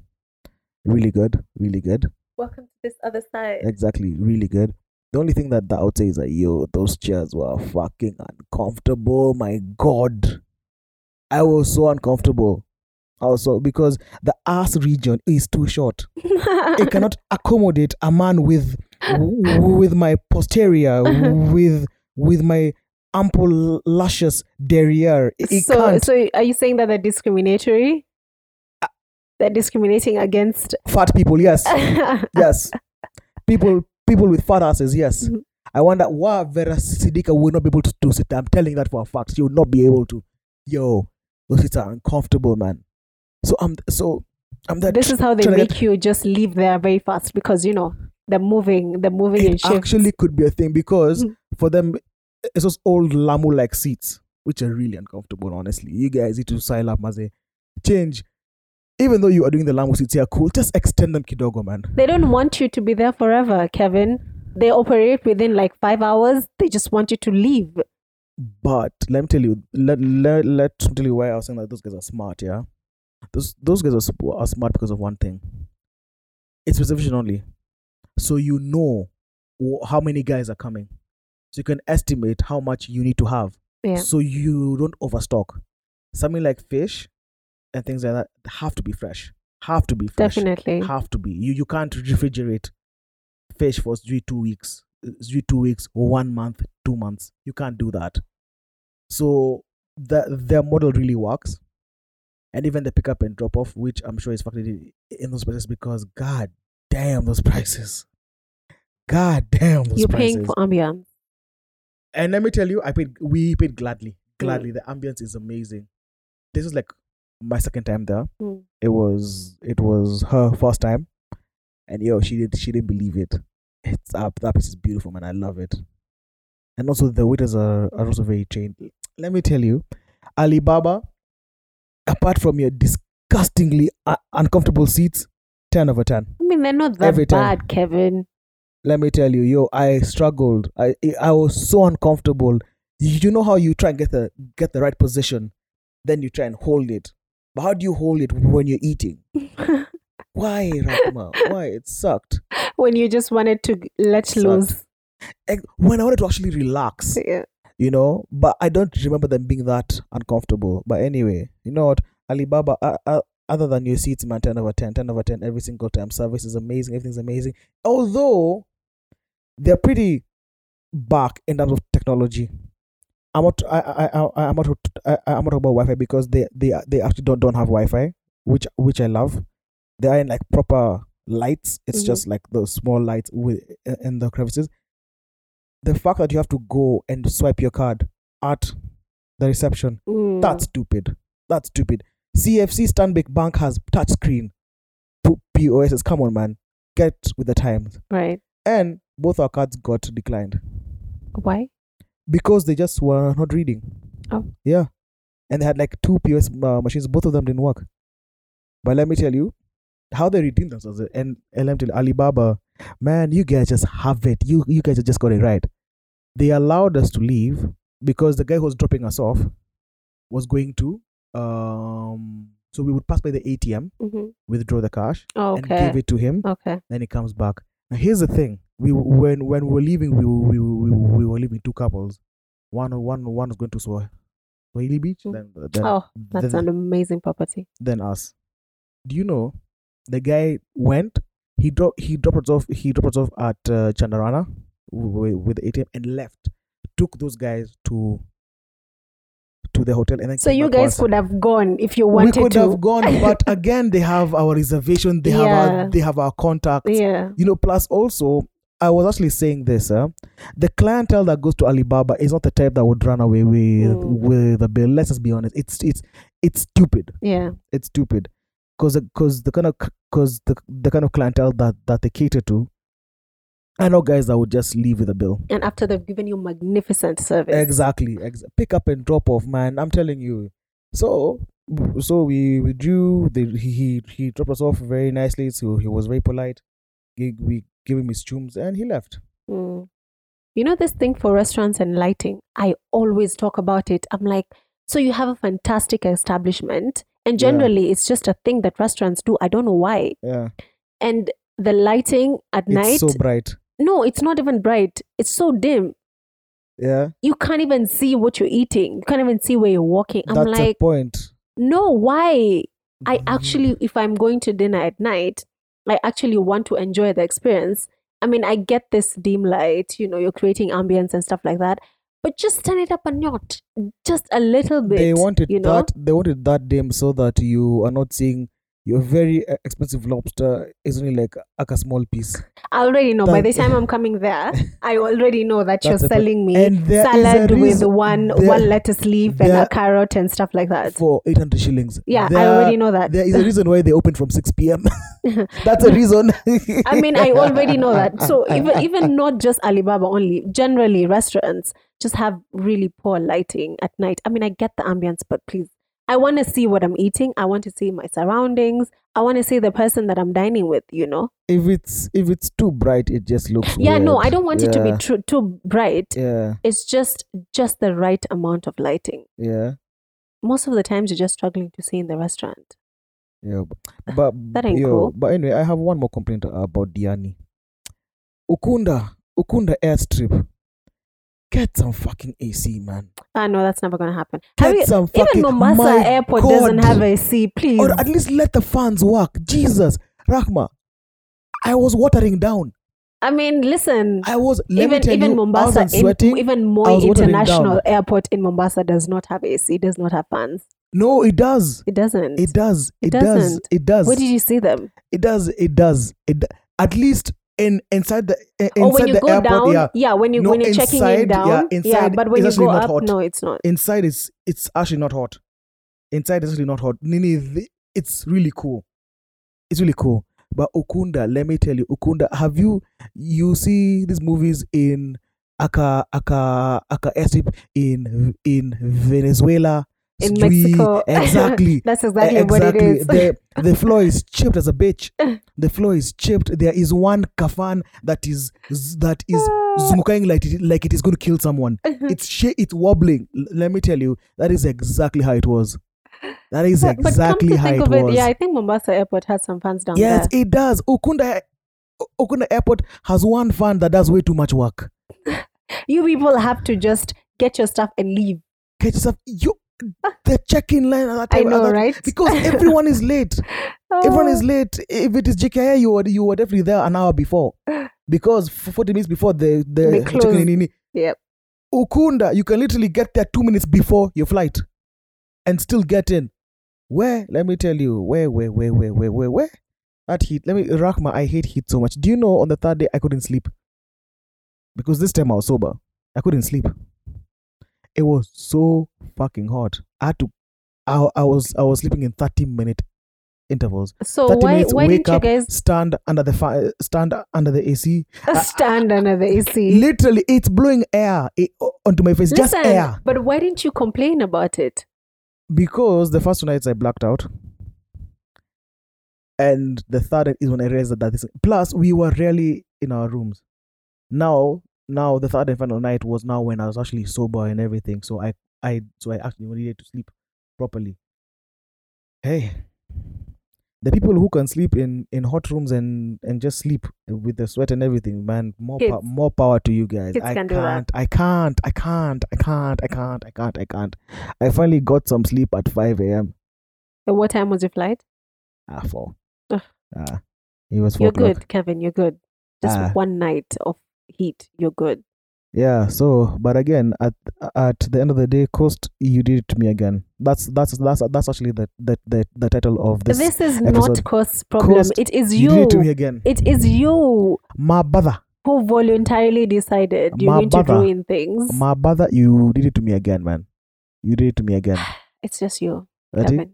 S1: really good, really good.
S2: Welcome to this other side.
S1: Exactly, really good. The only thing that, that I would say is that yo, those chairs were fucking uncomfortable. My god, I was so uncomfortable. Also, because the ass region is too short, it cannot accommodate a man with w- with my posterior, with with my ample luscious derriere. It, it
S2: so
S1: can't. Uh,
S2: so are you saying that they're discriminatory? They're discriminating against
S1: Fat people, yes,
S2: yeah.
S1: yes. People people with fat asses, yes.
S2: Mhm.
S1: I wonder why Vera Sidika will not be able to, to sit. I'm telling you that for a fact. She will not be able to. Yo, those seats are uncomfortable, man. So I'm so I'm that.
S2: This is how they
S1: trying to
S2: make you just leave there very fast because you know they're moving, they're moving in
S1: it
S2: shifts.
S1: actually could be a thing because
S2: Mm.
S1: for them it's those old lamu like seats which are really uncomfortable honestly you guys need to sign up as a change even though you are doing the lamu seats here cool just extend them kidogo man
S2: they don't want you to be there forever, Kevin. They operate within like five hours. They just want you to leave.
S1: but let me tell you let, let, let me tell you why i was saying that those guys are smart yeah those those guys are, s- are smart because of one thing it's reservation only so you know wh- how many guys are coming so you can estimate how much you need to have
S2: Yeah.
S1: so you don't overstock. Something like fish and things like that have to be fresh. Have to be fresh.
S2: Definitely.
S1: Have to be. You you can't refrigerate fish for three two weeks, uh, three two weeks, one month, two months. You can't do that. So the their model really works, and even the pickup and drop off, which I'm sure is factored in, in those prices because god damn those prices. God damn those
S2: You're
S1: prices.
S2: paying for ambiance.
S1: And let me tell you, I paid. We paid gladly. Gladly, the ambience is amazing. This is like my second time there.
S2: Mm.
S1: It was it was her first time, and yo, she did not she didn't believe it. it's up. That place is beautiful, man. I love it. And also the waiters are, are also very trained. Let me tell you, Alibaba, apart from your disgustingly uh, uncomfortable seats, ten over ten.
S2: I mean, they're not that
S1: Every time.
S2: bad, Kevin.
S1: Let me tell you, yo, I struggled. I I was so uncomfortable. You you know how you try and get the get the right position, then you try and hold it. But how do you hold it when you're eating? Why, Rahma? Why it sucked?
S2: when you just wanted to g- let
S1: Sucked.
S2: loose.
S1: Ex- When I wanted to actually relax,
S2: Yeah.
S1: you know but i don't remember them being that uncomfortable but anyway you know what alibaba uh, uh, other than your seats man 10 over 10 10 over 10 every single time service is amazing everything's amazing although they're pretty back in terms of technology i'm not i i, I i'm not I, i'm not about wi-fi because they they they actually don't don't have wi-fi which which i love they are in like proper lights it's
S2: Mhm.
S1: just like those small lights with in the crevices the fact that you have to go and swipe your card at the reception
S2: Mm.
S1: that's stupid that's stupid cfc stanbic bank has touch screen P- pos's come on man get with the times
S2: right.
S1: and both our cards got declined
S2: Why?
S1: because they just were not reading
S2: Oh.
S1: yeah and they had like two pos uh, machines both of them didn't work but let me tell you how they redeemed themselves and and let me tell you, alibaba man you guys just have it you you guys just got it right they allowed us to leave because the guy who was dropping us off was going to um so we would pass by the atm
S2: hmm
S1: withdraw the cash and
S2: Oh, Okay.
S1: give it to him
S2: okay.
S1: then he comes back. Now here's the thing: we when when we were leaving, we were- we were- we, were- we were leaving two couples. One one one was going to Swah- Swahili Beach,
S2: Mm.
S1: then then,
S2: oh, that's
S1: then,
S2: an amazing property.
S1: then us. Do you know the guy went? He dropped he dropped us off. He dropped us off at uh, Chandarana with, with the ATM and left. Took those guys to to the hotel and then
S2: So
S1: came
S2: you
S1: back for
S2: guys
S1: us.
S2: could have gone if you
S1: we
S2: wanted
S1: could
S2: to.
S1: have gone, but again they have our reservation. They have
S2: Yeah.
S1: our they have our contacts
S2: yeah.
S1: you know plus also i was actually saying this huh? the clientele that goes to alibaba is not the type that would run away with
S2: Mm.
S1: with the bill let's just be honest it's it's it's stupid
S2: Yeah.
S1: it's stupid because because the kind of because the, the kind of clientele that that they cater to i know guys that would just leave with a bill
S2: And after they've given you magnificent service.
S1: exactly ex- pick up and drop off man i'm telling you so so we withdrew they, he, he he dropped us off very nicely so he was very polite Gi- we gave him his chums and he left
S2: Mm. You know, this thing for restaurants and lighting, I always talk about it. I'm like, so you have a fantastic establishment. And
S1: Yeah.
S2: generally, it's just a thing that restaurants do. I don't know why.
S1: Yeah,
S2: And the lighting at night,
S1: it's so bright.
S2: no, it's not even bright. It's so dim.
S1: Yeah,
S2: You can't even see what you're eating. You can't even see where you're walking. I'm
S1: that's
S2: like,
S1: a point.
S2: no, why? I actually, if I'm going to dinner at night, I actually want to enjoy the experience. I mean, I get this dim light, you know, you're creating ambience and stuff like that, but just turn it up a notch, just a little bit.
S1: they wanted
S2: you know?
S1: that. They wanted that dim so that you are not seeing your very uh, expensive lobster is only like like a small piece.
S2: I already know. By the
S1: That-
S2: time I'm coming there, I already know that you're
S1: That's a pro-
S2: selling me
S1: And there is a
S2: salad with
S1: reason-
S2: one
S1: there-
S2: one lettuce leaf and
S1: there-
S2: a carrot and stuff like that.
S1: for eight hundred shillings.
S2: Yeah, I
S1: There-
S2: already know that.
S1: There is a reason why they open from six p.m. that's a reason.
S2: I mean, I already know that. So even even not just Alibaba only, generally restaurants just have really poor lighting at night. I mean, I get the ambience, but please, I want to see what I'm eating. I want to see my surroundings. I want to see the person that I'm dining with. You know?
S1: if it's if it's too bright, it just looks.
S2: Yeah. No,
S1: weird.
S2: I don't want it to be
S1: Yeah,
S2: too too bright.
S1: Yeah,
S2: It's just just the right amount of lighting.
S1: yeah,
S2: Most of the times, you're just struggling to see in the restaurant.
S1: yeah. But
S2: Ah, That ain't
S1: yo,
S2: cool.
S1: but anyway, I have one more complaint uh, about Diani. Ukunda, Ukunda airstrip. Get some fucking AC, man.
S2: Ah, no, that's never gonna happen. Have
S1: Get
S2: you,
S1: some fucking.
S2: even
S1: my
S2: Mombasa Airport
S1: God.
S2: doesn't have AC. Please.
S1: Or at least let the fans work. Jesus, Rahma. I was watering down.
S2: I mean, listen.
S1: I was. Let me
S2: even
S1: tell
S2: even
S1: you, I
S2: Mombasa,
S1: was
S2: in-
S1: sweating.
S2: even
S1: I
S2: Moi
S1: was watering down.
S2: International Airport in Mombasa does not have AC, does not have fans.
S1: no, it does.
S2: It doesn't.
S1: It does.
S2: It
S1: It, does.
S2: doesn't.
S1: It does.
S2: Where did you see them?
S1: it does. It does. It. do- At least in inside the in-
S2: or Oh, when
S1: inside
S2: you
S1: the
S2: go
S1: airport.
S2: down,
S1: yeah.
S2: when you
S1: No,
S2: when you're checking it
S1: inside, yeah,
S2: down,
S1: inside
S2: but
S1: it's
S2: when you
S1: actually
S2: go
S1: not
S2: up,
S1: hot.
S2: no, it's not.
S1: Inside is it's actually not hot. Inside is actually not hot. Nini, the- it's really cool. It's really cool. But Ukunda, let me tell you, Ukunda, have you you see these movies in Aka Aka Aka Esip in in Venezuela?
S2: In
S1: sijui-
S2: Mexico.
S1: Exactly.
S2: That's
S1: E-
S2: exactly, what it is.
S1: The, the floor is chipped as a bitch. The floor is chipped. There is one kafan that is that is zungukaing like it, like it is going to kill someone. It's sh- it's wobbling. L- let me tell you, that is exactly how it was. That is
S2: But- but come
S1: exactly
S2: to
S1: how
S2: think
S1: it
S2: of
S1: was.
S2: it, yeah, I think Mombasa Airport has some fans down
S1: yes,
S2: there.
S1: it does. Okunda O- Okunda Airport has one fan that does way too much work.
S2: You people have to just get your stuff and leave.
S1: Catch yourself. You the check-in line at that
S2: I
S1: time. at
S2: know,
S1: that-
S2: right?
S1: Because everyone is late. everyone
S2: Oh.
S1: is late. If it is JKIA, you were you were definitely there an hour before, because f- forty minutes before the
S2: They
S1: the
S2: close.
S1: check-in.
S2: Yep.
S1: Ukunda, you can literally get there two minutes before your flight, and still get in. Where? Let me tell you. Where? Where? Where? Where? Where? Where? Where? That heat. Let me. Rahma, I hate heat so much. Do you know? On the third day, I couldn't sleep because this time I was sober. I couldn't sleep. It was so fucking hot. I had to. I, I was I was sleeping in thirty minute intervals.
S2: Oh, So
S1: 30
S2: why
S1: minutes,
S2: why
S1: wake
S2: didn't you
S1: up,
S2: guys
S1: stand under the fi- stand under the AC.
S2: stand under the AC?
S1: Literally, it's blowing air i- onto my face, just
S2: Mm. Listen,
S1: air.
S2: But why didn't you complain about it?
S1: Because the first two nights I blacked out, and the third is when I realized that that is. Plus, we were rarely in our rooms. Now, now the third and final night was now when I was actually sober and everything. So I, I, so I actually needed to sleep properly. Hey, the people who can sleep in in hot rooms and and just sleep with the sweat and everything, man, more
S2: Kids.
S1: pow- more power to you guys.
S2: Kids
S1: I
S2: can do that.
S1: can't, I can't, I can't, I can't, I can't, I can't, I can't. I finally got some sleep at five a.m.
S2: At what time was your flight?
S1: Ah, four.
S2: Ugh.
S1: Ah, it was 4
S2: You're
S1: o'clock.
S2: good, Kevin. You're good. Just
S1: Ah.
S2: one night of heat. You're good.
S1: Yeah. So, but again, at at the end of the day, cost you did it to me again. That's that's that's that's actually the the the, the title of this.
S2: This, is
S1: episode
S2: not cost problem.
S1: caused-
S2: it is
S1: you did
S2: you.
S1: it to me again.
S2: it is you
S1: My brother,
S2: who voluntarily decided you're
S1: My
S2: going to
S1: brother.
S2: ruin things.
S1: my brother, you did it to me again, man. You did it to me again.
S2: It's just you.
S1: Ati?
S2: Kevin.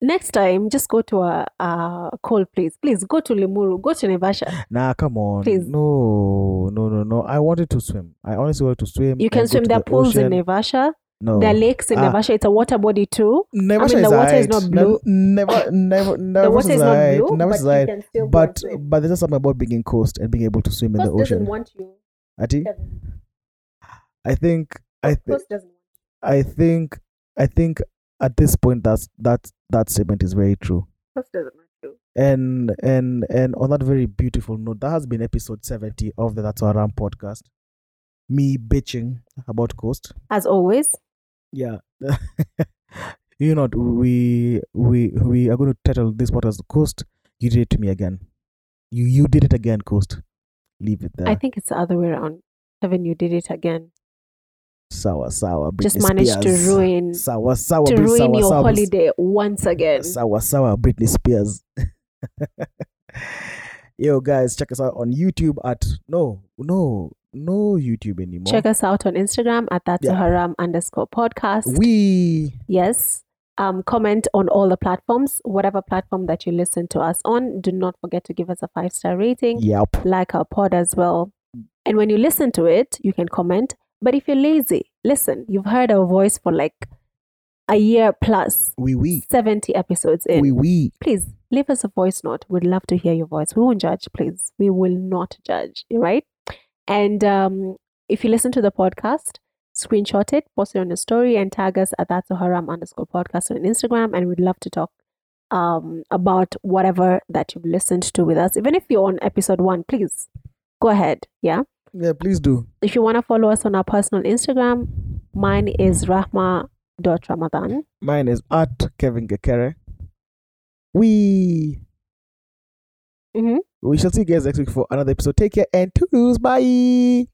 S2: Next time, just go to a, a call, please. Please go to Limuru, go to Nevasha.
S1: Nah, come on.
S2: Please.
S1: No, no, no, no. I wanted to swim. I honestly wanted to swim.
S2: You can
S1: and go
S2: swim.
S1: to
S2: There are
S1: the
S2: pools
S1: ocean.
S2: in Nevasha.
S1: No.
S2: There are lakes in
S1: Ah.
S2: Nevasha. It's a water body too.
S1: Never
S2: I mean, the water is not blue.
S1: Never, never, never.
S2: the water is not
S1: alright.
S2: blue,
S1: Never
S2: but
S1: alright.
S2: you can still go and
S1: but
S2: swim.
S1: but there's just something about being in coast and being able to swim in the
S2: Coast doesn't
S1: ocean.
S2: want you.
S1: Ati,
S2: Kevin.
S1: I think I think
S2: Coast doesn't.
S1: I think I think at this point that's that that statement is very true.
S2: Coast doesn't want you.
S1: And and and on that very beautiful note, that has been episode seventy of the That's Our Ram podcast. Me bitching about coast.
S2: As always,
S1: Yeah. you know what, we we we are going to title this podcast coast. You did it to me again. You you did it again, coast. Leave it there.
S2: I think it's the other way around. Kevin, you did it again.
S1: sour sour Britney
S2: just managed
S1: Spears.
S2: to ruin
S1: sour sour
S2: to
S1: Brit-
S2: ruin
S1: sour,
S2: your
S1: sour,
S2: holiday once again.
S1: sour sour Britney Spears. Yo guys, check us out on YouTube at no no no YouTube anymore.
S2: Check us out on Instagram at that's
S1: Yeah.
S2: a haram underscore podcast.
S1: we
S2: yes. Um, comment on all the platforms, whatever platform that you listen to us on. Do not forget to give us a five star rating,
S1: yep
S2: like our pod as well. And when you listen to it, you can comment. But if you're lazy, listen, you've heard our voice for like a year plus,
S1: we we
S2: 70 episodes in.
S1: we we
S2: please leave us a voice note. We'd love to hear your voice. We won't judge, please. We will not judge, all right? And um, if you listen to the podcast, screenshot it, post it on your story, and tag us at that's a haram underscore podcast on Instagram. And we'd love to talk um, about whatever that you've listened to with us. Even if you're on episode one, please go ahead. Yeah.
S1: yeah please do
S2: If you want to follow us on our personal Instagram, mine is rahma.ramadan.
S1: mine is at Kevin Gekere we
S2: Mm-hmm.
S1: we shall see you guys next week for another episode take care and toodles bye